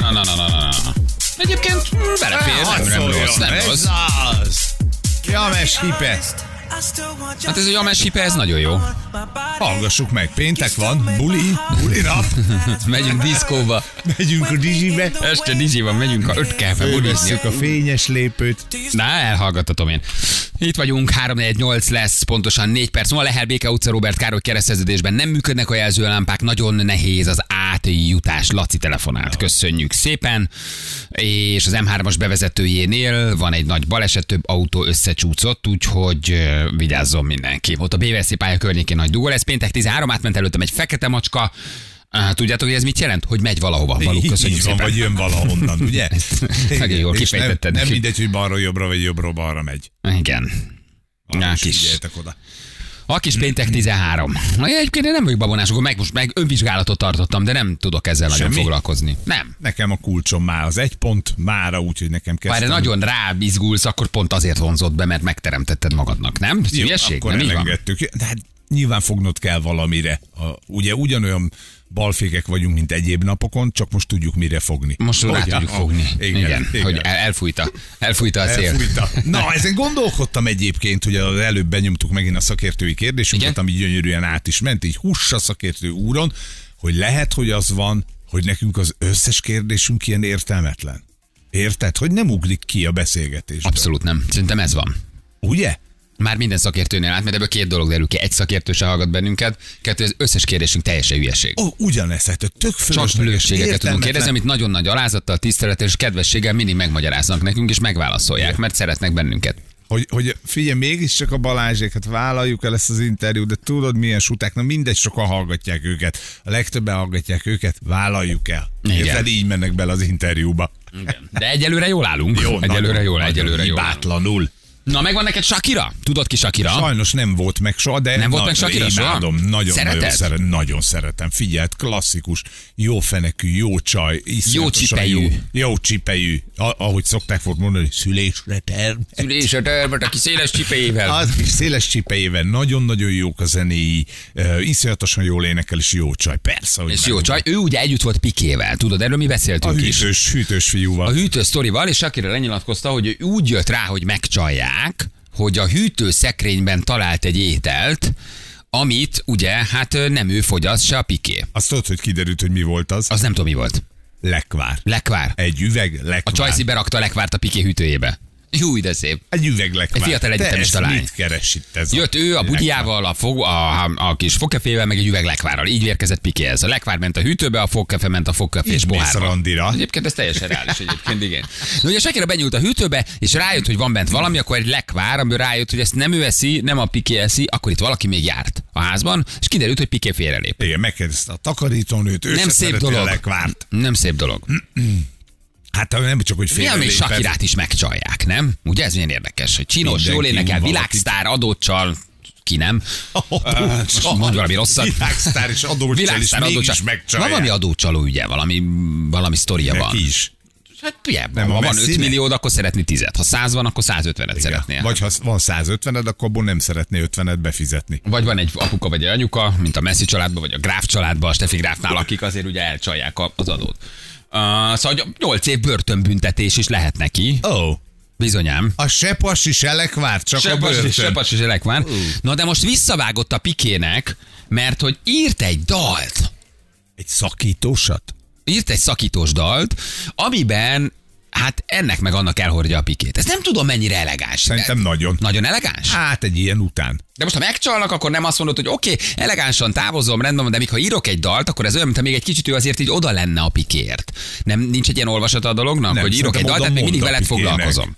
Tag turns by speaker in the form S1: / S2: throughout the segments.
S1: na, na, na, na. na. Egyébként mm, belefér,
S2: Hát,
S1: nem, nem rossz, nem rossz.
S2: az. James hipe.
S1: Hát ez a James hipe, ez nagyon jó.
S2: Hallgassuk meg, péntek van, buli, buli nap,
S1: Megyünk diszkóba,
S2: megyünk a dizsibe,
S1: este dizsiban megyünk a öt kávé bulizni.
S2: fölvesszük a fényes lépőt.
S1: Na, elhallgattatom én. Itt vagyunk, 348 lesz, pontosan 4 perc múlva. Lehel Béke utca Robert Károly kereszteződésben nem működnek a jelzőlámpák, nagyon nehéz az átjutás. Laci telefonát köszönjük szépen. És az M3-as bevezetőjénél van egy nagy baleset, több autó összecsúszott, úgyhogy ö, vigyázzon mindenki. Ott a BVSZ pálya környékén nagy dugó lesz. Péntek 13 átment előttem egy fekete macska. Á, Tudjátok, hogy ez mit jelent? Hogy megy valahova. Való, köszönjük
S2: Így van,
S1: szépen.
S2: vagy jön valahonnan, ugye?
S1: nagyon jól
S2: És nem,
S1: kifejtetted.
S2: nem mindegy, hogy balra jobbra, vagy jobbra balra megy.
S1: Igen. Na,
S2: Arra is
S1: kis.
S2: figyeljetek oda.
S1: A kis péntek 13. Na, Egyébként én nem vagyok babonás, akkor meg most meg önvizsgálatot tartottam, de nem tudok ezzel nagyon
S2: Semmi?
S1: foglalkozni. Nem.
S2: Nekem a kulcsom már az egy pont, mára, úgyhogy nekem
S1: Ha erre
S2: kezdtem.
S1: nagyon rábizgulsz, akkor pont azért vonzott be, mert megteremtetted magadnak, nem? Ez
S2: Jó,
S1: Hülyeség?
S2: Akkor
S1: Nem így van?
S2: elengedtük. De hát nyilván fognod kell valamire. A, ugye ugyanolyan balfékek vagyunk, mint egyéb napokon, csak most tudjuk mire fogni.
S1: Most rá
S2: Hogy-
S1: tudjuk
S2: ah,
S1: fogni.
S2: Igen,
S1: Igen,
S2: igen.
S1: hogy e- el- elfújta. Elfújta a szél.
S2: Elfújta. Na, ezen gondolkodtam egyébként, hogy az előbb benyomtuk megint a szakértői kérdésünket,
S1: Igen?
S2: ami gyönyörűen át is ment, így hussa szakértő úron, hogy lehet, hogy az van, hogy nekünk az összes kérdésünk ilyen értelmetlen. Érted? Hogy nem ugrik ki a beszélgetés.
S1: Abszolút nem. Szerintem ez van.
S2: Ugye?
S1: Már minden szakértőnél át, mert ebből két dolog derül ki. Egy szakértő se hallgat bennünket, kettő, az összes kérdésünk teljesen hülyeség.
S2: Ó, ugyanez, hát tök
S1: Csak
S2: fölösleges,
S1: hülőségeket tudunk
S2: értelmetlen.
S1: kérdezni, amit nagyon nagy alázattal, tisztelettel és kedvességgel mindig megmagyaráznak nekünk, és megválaszolják, mert szeretnek bennünket.
S2: Hogy, hogy figyelj, mégiscsak a Balázsék, hát vállaljuk el ezt az interjút, de tudod milyen suták, na mindegy, sokan hallgatják őket. A legtöbben hallgatják őket, vállaljuk el.
S1: Igen.
S2: Érted, így mennek bele az interjúba.
S1: De egyelőre jól állunk. Jó, egyelőre
S2: nagyon,
S1: jól,
S2: nagyon
S1: egyelőre jól. állunk.
S2: Hibátlanul.
S1: Na, megvan neked Shakira? Tudod ki Shakira?
S2: Sajnos nem volt meg soha, de
S1: Nem volt meg Shakira soha?
S2: imádom, nagyon, nagyon,
S1: Szereted?
S2: szere, nagyon szeretem. Figyelt, klasszikus, jó fenekű, jó csaj, iszonyatosan
S1: csipejű.
S2: Jó, jó csipejű, a- ahogy szokták volt mondani, szülésre term.
S1: Ülés hát, a törvet, aki széles csipejével.
S2: Az kis széles csipejével, nagyon-nagyon jók a zenéi, ö, iszonyatosan jól énekel, és jó csaj, persze. Hogy
S1: És
S2: nem.
S1: jó csaj, ő ugye együtt volt Pikével, tudod, erről mi
S2: A
S1: beszéltünk is.
S2: hűtős, hűtős fiúval.
S1: A hűtő sztorival, és Shakira lenyilatkozta, hogy ő úgy jött rá, hogy megcsalják, hogy a hűtőszekrényben talált egy ételt, amit ugye, hát ö, nem ő fogyaszt, se a Piké.
S2: Azt tudod, hogy kiderült, hogy mi volt az?
S1: Az nem tudom, mi volt.
S2: Lekvár.
S1: Lekvár.
S2: Egy üveg
S1: A
S2: lekvár.
S1: Csajci berakta a lekvárt a Piké hűtőjébe. Jú, de szép.
S2: Egy üveg lekvár.
S1: Egy fiatal
S2: Te
S1: egyetemista
S2: ezt
S1: lány.
S2: mit keres itt ez? a
S1: Jött ő a
S2: lekvár?
S1: bugyjával, a, fog, a, a kis fogkefével, meg egy üveg lekvárral. Így érkezett Pikéhez. A lekvár ment a hűtőbe, a fogkefe ment a fogkefés
S2: Így mész
S1: bohárba.
S2: randira.
S1: Egyébként ez teljesen reális egyébként, igen. Na ugye Shakira benyúlt a hűtőbe, és rájött, hogy van bent valami, akkor egy lekvár, amiből rájött, hogy ezt nem ő eszi, nem a Piké eszi, akkor itt valaki még járt a házban, és kiderült, hogy Piké félrelép.
S2: Igen, megkérdezte a takarítónőt, ő
S1: Nem
S2: se
S1: szép
S2: szereti
S1: dolog.
S2: a lekvárt.
S1: Nem szép dolog.
S2: Hát nem csak, hogy
S1: Milyen még
S2: félrelépett.
S1: Sakirát is megcsalják, nem? Ugye ez milyen érdekes, hogy csinos,
S2: Mindenki
S1: jól énekel,
S2: valakit.
S1: világsztár, adót csal, ki nem.
S2: Adócsal.
S1: Most Mondj valami rosszat.
S2: Világsztár és adócsal is
S1: Világsztár
S2: mégis
S1: adócsal. Van
S2: megcsalják.
S1: valami adócsaló ügye, valami, valami sztoria
S2: Neki
S1: van.
S2: is.
S1: Hát ilyen,
S2: Nem,
S1: ha
S2: a
S1: van
S2: Messi-nek.
S1: 5 milliód, akkor szeretni 10 Ha 100 van, akkor 150-et
S2: Igen.
S1: szeretnél. Vagy,
S2: Vagy ha van 150-ed, akkor abból nem szeretné 50-et befizetni.
S1: vagy van egy apuka vagy egy anyuka, mint a Messi családban, vagy a Gráf családban, a Steffi Gráfnál, akik azért ugye elcsalják a- az adót. Uh, szóval 8 év börtönbüntetés is lehet neki,
S2: Ó, oh,
S1: bizonyám.
S2: a se pasi, se lekvár, csak a börtön.
S1: Sepas sepas és Elekván. Na de most visszavágott a Pikének, mert hogy írt egy dalt,
S2: Egy szakítósat?
S1: írt egy szakítós dalt, amiben hát ennek meg annak elhordja a Pikét. Ez nem tudom mennyire elegáns.
S2: Szerintem
S1: De-
S2: nagyon.
S1: Nagyon elegáns?
S2: Hát egy ilyen után.
S1: De most, ha megcsalnak, akkor nem azt mondod, hogy oké, okay, elegánsan távozom, rendben van, de még ha írok egy dalt, akkor ez olyan, mintha még egy kicsit ő azért így oda lenne a pikért. Nem, nincs egy ilyen olvasata a dolognak,
S2: Nem,
S1: hogy írok egy
S2: szerintem
S1: dalt,
S2: oda
S1: tehát még
S2: mond
S1: mindig
S2: a
S1: veled
S2: Pikének.
S1: foglalkozom.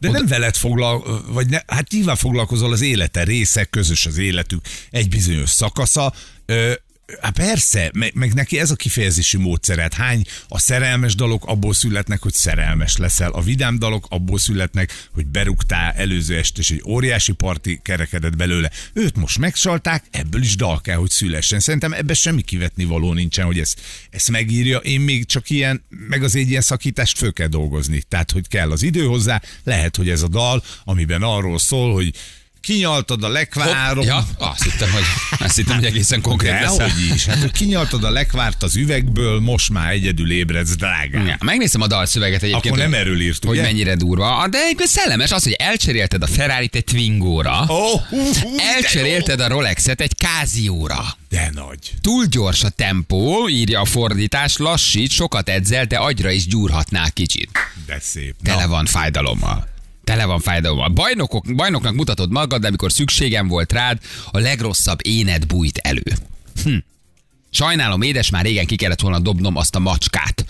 S2: De nem veled foglal, vagy ne, hát nyilván foglalkozol az élete része, közös az életük, egy bizonyos szakasza. Ö, Hát persze, meg, meg neki ez a kifejezési módszeret. Hány a szerelmes dalok abból születnek, hogy szerelmes leszel. A vidám dalok abból születnek, hogy berúgtál előző est, és egy óriási parti kerekedett belőle. Őt most megsalták, ebből is dal kell, hogy szülessen. Szerintem ebbe semmi kivetni való nincsen, hogy ezt, ezt megírja. Én még csak ilyen, meg az egy ilyen szakítást föl kell dolgozni. Tehát, hogy kell az idő hozzá, lehet, hogy ez a dal, amiben arról szól, hogy kinyaltad a lekvárom.
S1: Ja, azt hittem, hogy, azt hittem, hogy egészen konkrét lesz.
S2: Dehogy is. Hát, hogy kinyaltad a lekvárt az üvegből, most már egyedül ébredsz, drágám.
S1: Ja, megnézem a dalszöveget egyébként.
S2: Akkor nem
S1: hogy-
S2: erről írtuk,
S1: Hogy
S2: ugye?
S1: mennyire durva. Ah, De egyébként szellemes az, hogy elcserélted a Ferrari-t egy Twingóra.
S2: Ó, hú, hú, de jó.
S1: Elcserélted a Rolexet egy Casio-ra.
S2: De nagy.
S1: Túl gyors a tempó, írja a fordítás, lassít, sokat edzel, de agyra is gyúrhatnál kicsit.
S2: De szép. Na,
S1: Tele van fájdalommal. Tele van fájdalommal. Bajnokok, bajnoknak mutatod magad, de amikor szükségem volt rád, a legrosszabb éned bújt elő. Hm. Sajnálom, édes, már régen ki kellett volna dobnom azt a macskát.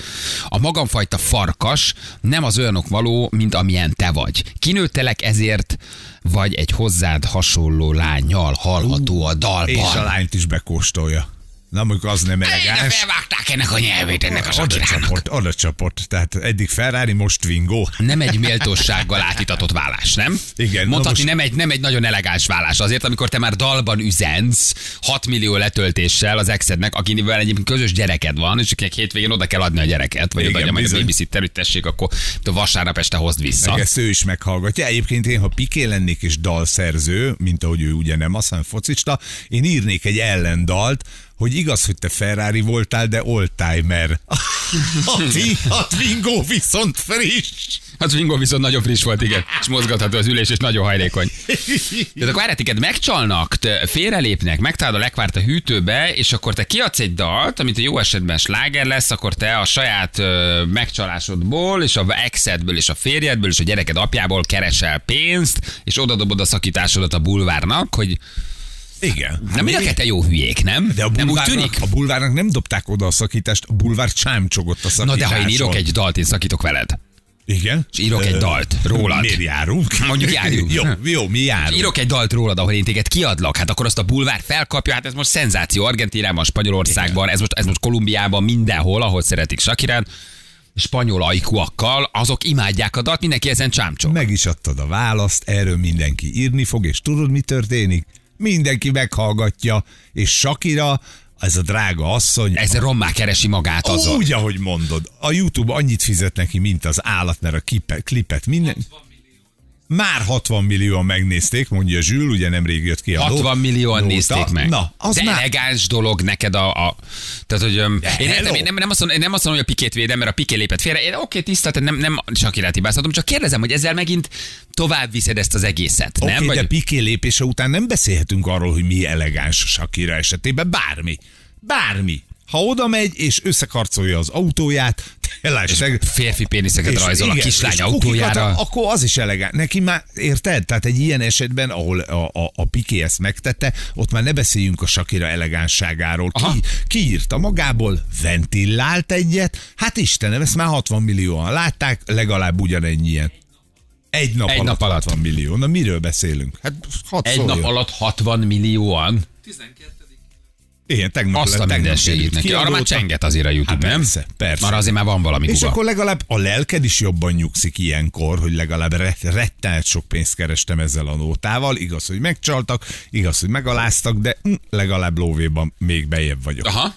S1: A magamfajta farkas nem az olyanok való, mint amilyen te vagy. Kinőttelek ezért, vagy egy hozzád hasonló lányjal hallható a dalban.
S2: és a lányt is bekóstolja. Na, mondjuk az nem
S1: Ide
S2: elegáns.
S1: felvágták ennek a nyelvét, ennek az
S2: Oda
S1: akirának.
S2: csapott, oda csapott. Tehát eddig Ferrari, most Twingo.
S1: Nem egy méltósággal átitatott vállás, nem?
S2: Igen, na
S1: Mondhatni,
S2: most-
S1: nem, egy, nem egy nagyon elegáns vállás. Azért, amikor te már dalban üzensz, 6 millió letöltéssel az exednek, akivel egyébként közös gyereked van, és akinek hétvégén oda kell adni a gyereket, vagy
S2: Igen,
S1: odaadja majd a
S2: bizony.
S1: babysitter, hogy tessék, akkor te vasárnap este hozd vissza.
S2: Meg Hát, ezt ő is meghallgatja. Egyébként én, ha Piké lennék és dalszerző, mint ahogy ő ugye nem, aztán focista, én írnék egy ellendalt, hogy igaz, hogy te Ferrari voltál, de oldtimer. A, ti, a Twingo viszont friss.
S1: Az Wingo Hát, viszont nagyon friss volt, igen. És mozgatható az ülés, és nagyon hajlékony. Tehát akkor erre téged megcsalnak, te félrelépnek, megtalálod a lekvárt a hűtőbe, és akkor te kiadsz egy dalt, amit jó esetben sláger lesz, akkor te a saját ö, megcsalásodból, és a exedből, és a férjedből, és a gyereked apjából keresel pénzt, és odadobod a szakításodat a bulvárnak, hogy
S2: Igen.
S1: nem mind a ketten jó hülyék, nem?
S2: Hát De a
S1: nem úgy
S2: bulvárnak,
S1: tűnik?
S2: a bulvárnak nem dobták oda a szakítást, a bulvár csámcsogott a
S1: Na
S2: szakításon.
S1: de ha én írok egy dalt, én szakítok veled.
S2: Igen?
S1: és írok egy
S2: Ö,
S1: dalt rólad.
S2: Miért járunk?
S1: Mondjuk járjunk.
S2: jó, jó, mi járunk.
S1: Hát Írok egy dalt rólad, ahol én téged kiadlak, hát akkor azt a bulvár felkapja, hát ez most szenzáció Argentinában, Spanyolországban, ez most, ez most Kolumbiában, mindenhol, ahol szeretik Sakirán, spanyol ajkúakkal, azok imádják a dalt, mindenki ezen csámcsol.
S2: Meg is adtad a választ, erről mindenki írni fog, és tudod, mi történik? Mindenki meghallgatja, és Sakira, ez a drága asszony,
S1: Ez rommá keresi magát azon.
S2: úgy, ahogy mondod, a YouTube annyit fizet neki, mint az állat, mert a kipe, klipet minden... Már 60 millióan megnézték, mondja Zsül, ugye nemrég jött ki a
S1: 60 millióan
S2: nóta.
S1: nézték meg.
S2: Na, az
S1: De
S2: már...
S1: elegáns dolog neked a... a tehát, hogy öm, én, értem,
S2: hello.
S1: én, nem, nem, azt mondom, én nem azt mondom, hogy a pikét védem, mert a piké lépett félre. Én oké, tisztelt, nem, nem csak irátibáztatom, csak kérdezem, hogy ezzel megint tovább viszed ezt az egészet,
S2: Oké,
S1: nem?
S2: okay,
S1: Vagy-
S2: de Piqué lépése után nem beszélhetünk arról, hogy mi elegáns Shakira esetében. Bármi. Bármi. Ha oda megy és összekarcolja az autóját, tényleg...
S1: férfi péniszeket
S2: és
S1: rajzol a
S2: igen,
S1: kislány
S2: és
S1: autójára.
S2: kukikat, akkor az is elegáns. Neki már, érted? Tehát egy ilyen esetben, ahol a, a, a Piqué ezt megtette, ott már ne beszéljünk a Shakira elegánságáról.
S1: Aha.
S2: Ki, kiírta magából, ventillált egyet, hát Istenem, ezt már 60 millióan látták, legalább ugyanennyi ilyen. Egy nap,
S1: Egy
S2: alatt,
S1: nap alatt.
S2: 60 millió. Na miről beszélünk? Hát hat
S1: Egy nap alatt 60 millióan.
S2: Igen, tegnap
S1: Azt a
S2: tegnap
S1: mindenségét
S2: került
S1: neki. Arra már
S2: kiadóta.
S1: csenget azért a YouTube,
S2: Hát
S1: nem?
S2: persze, persze.
S1: Arra azért már van valami
S2: És
S1: kuba.
S2: akkor legalább a lelked is jobban nyugszik ilyenkor, hogy legalább re- rettenet sok pénzt kerestem ezzel a nótával. Igaz, hogy megcsaltak, igaz, hogy megaláztak, de mm, legalább lóvéban még bejebb vagyok.
S1: Aha.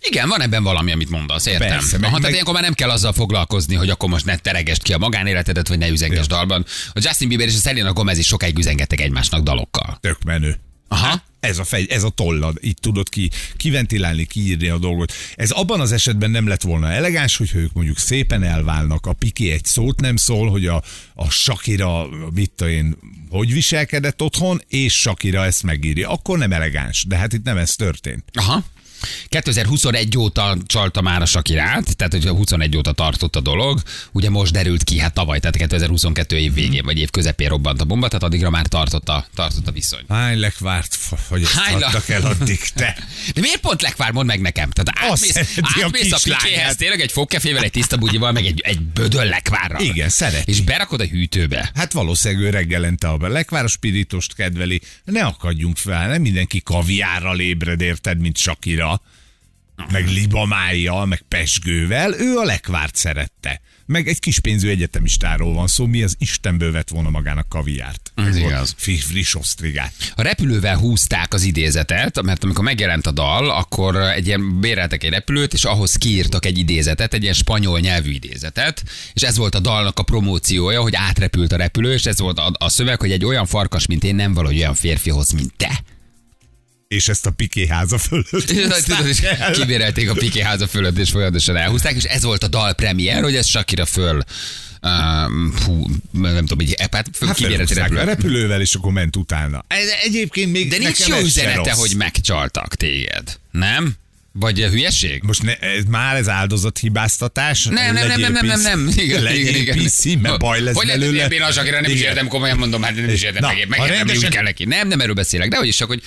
S1: Igen, van ebben valami, amit mondasz, értem.
S2: Persze,
S1: Persze,
S2: meg-
S1: Aha, tehát
S2: meg-
S1: ilyenkor már nem kell azzal foglalkozni, hogy akkor most ne teregesd ki a magánéletedet, vagy ne üzengesd dalban. A Justin Bieber és a Selena Gomez is sokáig üzengettek egymásnak dalokkal.
S2: Tök menő.
S1: Aha.
S2: Ez a, fej, ez a tollad, így tudod ki, kiventilálni, kiírni a dolgot. Ez abban az esetben nem lett volna elegáns, hogy ők mondjuk szépen elválnak, a Piki egy szót nem szól, hogy a, a Sakira, mit tudom én, hogy viselkedett otthon, és Sakira ezt megírja. Akkor nem elegáns, de hát itt nem ez történt.
S1: Aha. 2021 óta csalta már a Sakirát, tehát hogy a 21 óta tartott a dolog, ugye most derült ki, hát tavaly, tehát 2022 év végén vagy év közepén robbant a bomba, tehát addigra már tartott a, tartott a viszony.
S2: Hány lekvárt, f- hogy ezt
S1: Hány
S2: adtak el addig te?
S1: De miért pont lekvár, mondd meg nekem? Tehát
S2: Azt
S1: átmész,
S2: szereti a
S1: átmész a,
S2: kislányát.
S1: pikéhez, tényleg egy fogkefével, egy tiszta bugyival, meg egy, egy bödön lekvárral.
S2: Igen, szeret.
S1: És berakod a hűtőbe.
S2: Hát valószínűleg ő reggelente a lekváros spiritost kedveli. Ne akadjunk fel, nem mindenki kaviárral ébred, érted, mint Sakira. Meg libamája, meg pesgővel. Ő a lekvárt szerette. meg egy kis pénzű egyetemistáról van szó, mi az Istenből vett volna magának kaviárt.
S1: Ez
S2: Meg volt
S1: igaz.
S2: Friss, friss osztrigát.
S1: A repülővel húzták az idézetet, mert amikor megjelent a dal, akkor egy ilyen, béreltek egy repülőt, és ahhoz kiírtak egy idézetet, egy ilyen spanyol nyelvű idézetet, és ez volt a dalnak a promóciója, hogy átrepült a repülő, és ez volt a, a szöveg, hogy egy olyan farkas, mint én, nem valahogy olyan férfihoz, mint te.
S2: És ezt a Piké háza fölött
S1: Tudod, és
S2: húzták el.
S1: kibérelték a Piki háza fölött, és folyamatosan elhúzták, és ez volt a dal premier, hogy ez Shakira föl, uh, fú, nem tudom, így, hát föl
S2: Hát
S1: kibérelték
S2: felhúzták a
S1: repülőt.
S2: repülővel, és akkor ment utána. Ez egyébként még
S1: De nincs
S2: nekem
S1: jó
S2: ez se
S1: üzenete,
S2: rossz.
S1: hogy megcsaltak téged, nem? Vagy a hülyeség?
S2: Most ne, ez már ez áldozathibáztatás?
S1: Nem, nem, nem, nem, nem, nem, nem. Igen, igen,
S2: Legyél
S1: igen.
S2: piszi, mert baj lesz
S1: Hogy
S2: belőle.
S1: lehet, hogy én az, akire nem is
S2: Igen.
S1: értem, komolyan mondom, hát nem is értem
S2: Na,
S1: meg, meg
S2: ha
S1: értem, hogy
S2: rendesen-
S1: úgy kell neki. Nem, nem erről beszélek, de hogy is csak, hogy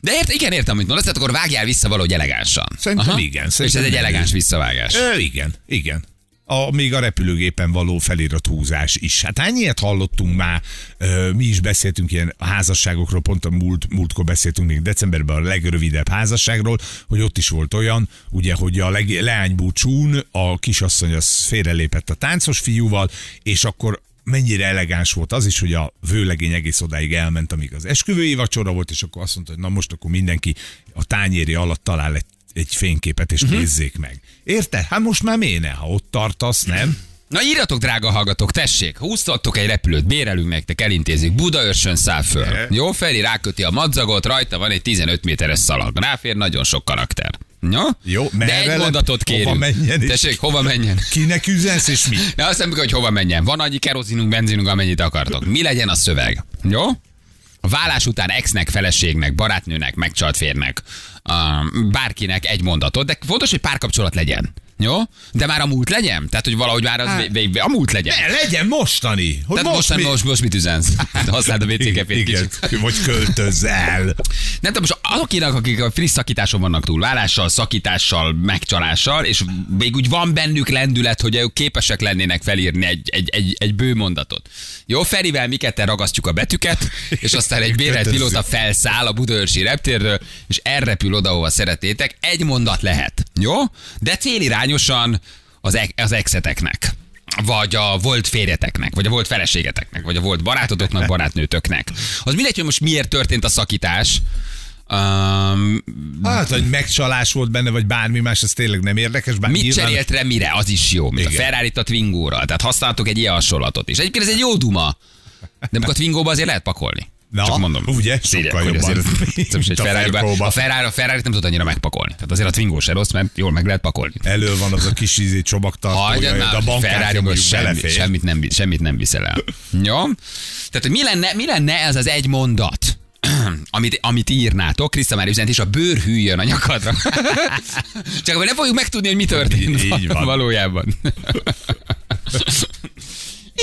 S1: de ért, igen, értem, amit mondasz, tehát akkor vágjál vissza valahogy elegánsan.
S2: Szerintem igen,
S1: És
S2: szerintem
S1: ez egy
S2: nem
S1: elegáns
S2: jó.
S1: visszavágás.
S2: Ö, igen, igen. A, még a repülőgépen való felirathúzás is. Hát hány ilyet hallottunk már, ö, mi is beszéltünk ilyen házasságokról, pont a múlt, múltkor beszéltünk még decemberben a legrövidebb házasságról, hogy ott is volt olyan, ugye, hogy a leg, leánybúcsún a kisasszony az félrelépett a táncos fiúval, és akkor mennyire elegáns volt az is, hogy a vőlegény egész odáig elment, amíg az esküvői vacsora volt, és akkor azt mondta, hogy na most akkor mindenki a tányéri alatt talál egy egy fényképet, és uh-huh. nézzék meg. Érted? Hát most már miért ne, ha ott tartasz, nem?
S1: Na írjatok, drága hallgatók, tessék, húztattok egy repülőt, bérelünk nektek, elintézzük, Budaörsön száll föl. Jó, Feri ráköti a madzagot, rajta van egy 15 méteres szalag. Ráfér nagyon sok karakter. No?
S2: Jó,
S1: De egy
S2: merre-
S1: mondatot
S2: hova
S1: kérünk.
S2: menjen és-
S1: Tessék, hova menjen?
S2: Kinek üzensz, és mi?
S1: De azt nem kell, hogy hova menjen. Van annyi kerozinunk, benzinunk, amennyit akartok. Mi legyen a szöveg? Jó? A vállás után exnek, feleségnek, barátnőnek, megcsalt férnek, um, bárkinek egy mondatot, de fontos, hogy párkapcsolat legyen. Jó? De már a múlt legyen? Tehát, hogy valahogy már az vég, vég, a múlt legyen.
S2: Ne, legyen mostani! Hogy
S1: Tehát most, most, most, most mit üzensz? Hát Használd a WC-kefét
S2: Igen,
S1: kicsit.
S2: vagy költözz el.
S1: Nem tudom, most azoknak, akik a friss szakításon vannak túl, vállással, szakítással, megcsalással, és még úgy van bennük lendület, hogy ők képesek lennének felírni egy, egy, egy, egy bő mondatot. Jó, Ferivel mi ketten ragasztjuk a betűket, és aztán egy bérelt
S2: Kötözzük.
S1: pilóta felszáll a Budaörsi reptérről, és elrepül oda, ahova szeretnétek. Egy mondat lehet, jó? De célirányosan az, ex- az exeteknek vagy a volt férjeteknek, vagy a volt feleségeteknek, vagy a volt barátodoknak, barátnőtöknek. Az mindegy, hogy most miért történt a szakítás, Um,
S2: Hát, hogy megcsalás volt benne, vagy bármi más, ez tényleg nem érdekes. Bár
S1: mit
S2: nyilván-
S1: cserélt re mire? Az is jó, mint
S2: Igen.
S1: a ferrari a Twingóra. Tehát használtok egy ilyen hasonlatot is. Egyébként ez egy jó duma. De amikor a Twingóba azért lehet pakolni.
S2: Na,
S1: Csak mondom.
S2: ugye?
S1: Szégyen,
S2: Sokkal
S1: hogy
S2: jobban.
S1: azért-
S2: Mint
S1: Most egy
S2: a
S1: Ferrari-ba-
S2: Ferkóba.
S1: a Ferrari, a Ferrari nem tud annyira megpakolni. Tehát azért a Twingó se rossz, mert jól meg lehet pakolni.
S2: Elő van az a kis ízé csomagtartója, de a
S1: Hagyjad már,
S2: bankkártya
S1: Ferrari-ból
S2: mondjuk
S1: semmi,
S2: belefér.
S1: semmit, nem, vi- semmit nem viszel el. Jó? Tehát, hogy mi lenne, mi lenne ez az egy mondat? amit, amit írnátok, Kriszta már üzent, és a bőr hűljön a nyakadra. Csak akkor nem fogjuk megtudni, hogy mi történt
S2: Így- így van.
S1: valójában.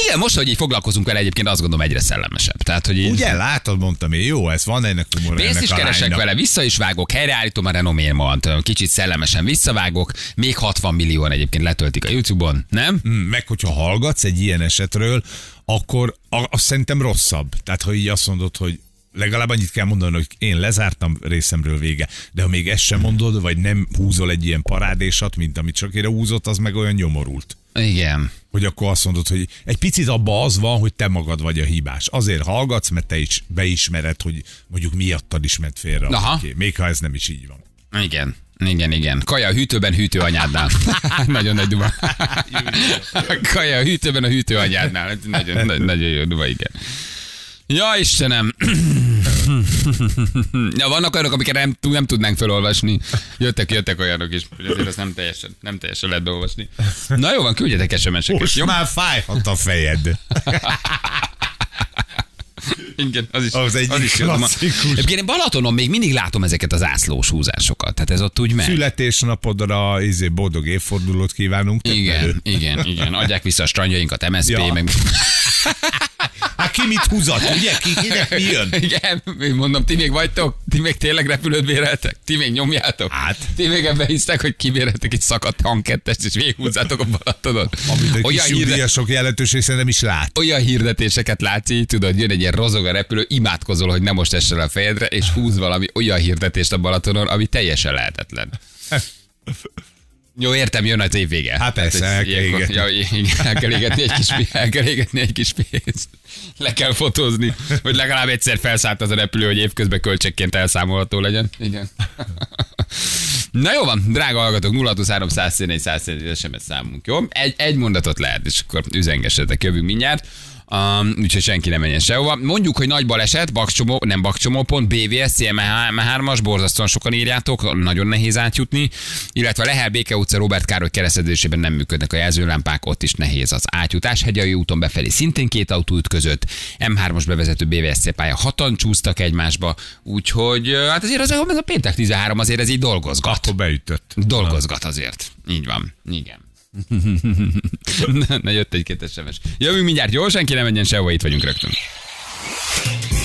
S1: Igen, most, hogy így foglalkozunk vele, egyébként azt gondolom egyre szellemesebb. Tehát, hogy így...
S2: Ugye, látod, mondtam én, jó, ez van ennek humor,
S1: Pénzt
S2: ennek
S1: is
S2: a
S1: keresek
S2: lánynak.
S1: vele, vissza is vágok, helyreállítom a renomémat, kicsit szellemesen visszavágok, még 60 millióan egyébként letöltik a YouTube-on, nem?
S2: Mm, Meg hogyha hallgatsz egy ilyen esetről, akkor a- azt szerintem rosszabb. Tehát, ha így azt mondod, hogy legalább annyit kell mondani, hogy én lezártam részemről vége. De ha még ezt sem mondod, vagy nem húzol egy ilyen parádésat, mint amit Sakira húzott, az meg olyan nyomorult.
S1: Igen.
S2: Hogy akkor azt mondod, hogy egy picit abba az van, hogy te magad vagy a hibás. Azért hallgatsz, mert te is beismered, hogy mondjuk miattad is ment félre.
S1: Aha.
S2: valaki. Még ha ez nem is így van.
S1: Igen. Igen, igen. Kaja a hűtőben, hűtőanyádnál. nagyon nagy duma. Kaja a hűtőben, a hűtőanyádnál. Ez Nagyon, nagy, nagyon jó duma, igen. Ja, Istenem! ja, vannak olyanok, amiket nem, nem tudnánk felolvasni. Jöttek, jöttek olyanok is, hogy azért azt nem teljesen, nem teljesen lehet beolvasni. Na jó van, küldjetek SMS-eket.
S2: Most
S1: Jó?
S2: már fájhat a fejed.
S1: Igen, az is.
S2: Az egyik
S1: jó duma.
S2: klasszikus.
S1: Egyébként én Balatonon még mindig látom ezeket az ászlós húzásokat. Tehát ez ott úgy megy.
S2: Születésnapodra izé, boldog évfordulót kívánunk.
S1: Igen, igen, igen. Adják vissza a strandjainkat, MSZP, ja.
S2: Ja.
S1: meg...
S2: Hát ki mit húzat, ugye? Ki, Hát kinek mi jön?
S1: Igen, én mondom, ti még vagytok? Ti még tényleg repülőt béreltek? Ti még nyomjátok?
S2: Hát.
S1: Ti még ebben hisztek, hogy kibéreltek egy szakadt hangkettest, és végighúzzátok a Balatonon?
S2: Amit a
S1: Olyan
S2: kis
S1: hírde...
S2: nyugdíjasok jelentős része nem is lát.
S1: olyan hirdetéseket látsz, így tudod, jön egy ilyen rozog a repülő, imádkozol, hogy nem most essen a fejedre, és húz valami olyan hirdetést a Balatonon, ami teljesen lehetetlen. Jó, értem, jön a év vége.
S2: Hát persze,
S1: ez
S2: el kell
S1: ilyenkor-
S2: égetni.
S1: Ja, igen, el kell égetni egy kis, pi- el kell égetni egy kis pénzt. Le kell fotózni, hogy legalább egyszer felszállt az a repülő, hogy évközben költségként elszámolható legyen. Igen. Na jó van, drága hallgatók, 023 104 104 SMS számunk, jó? Egy, egy mondatot lehet, és akkor üzengessetek, jövünk mindjárt. Um, úgyhogy senki nem menjen sehova. Mondjuk, hogy nagy baleset, bakcsomó, nem bakcsomó, pont BVS, CM3-as, borzasztóan sokan írjátok, nagyon nehéz átjutni, illetve a Lehel Béke utca Robert Károly keresztezésében nem működnek a jelzőlámpák, ott is nehéz az átjutás. Hegyai úton befelé szintén két autó ütközött, M3-as bevezető BVSC pálya hatan csúsztak egymásba, úgyhogy ö, hát azért az, ez a péntek 13 azért ez így dolgozgat.
S2: Akkor beütött.
S1: Dolgozgat azért. Így van. Igen. Na, na jött egy-két SMS. Jövünk mindjárt gyorsan, ki ne menjen sehova, itt vagyunk rögtön.